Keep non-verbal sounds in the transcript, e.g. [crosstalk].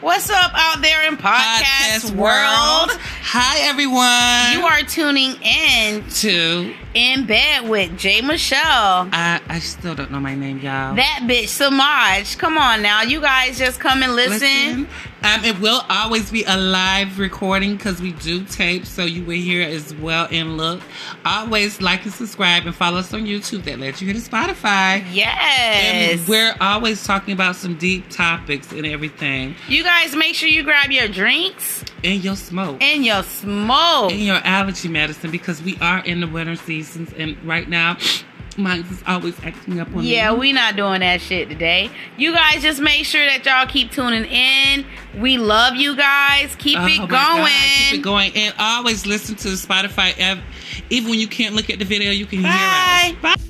What's up out there in podcast, world? Hi, everyone. You are tuning in to. in bed with Jay Michelle. I, I still don't know my name, y'all. That bitch Samaj. Come on now. You guys just come and listen. Um, it will always be a live recording because we do tape, so you will hear as well and look. Always like and subscribe and follow us on YouTube. That lets you hear to Spotify. Yes. And we're always talking about some deep topics and everything, you guys make sure you grab your drinks and your smoke. and your smoke. in your allergy medicine because we are in the winter seasons and right now [sniffs] mine is always acting up on me. Yeah, we not doing that shit today. You guys just make sure that y'all keep tuning in. We love you guys. Keep Oh it my going. God, keep it going and always listen to Spotify app. even when you can't look at the video you can Bye. hear us bye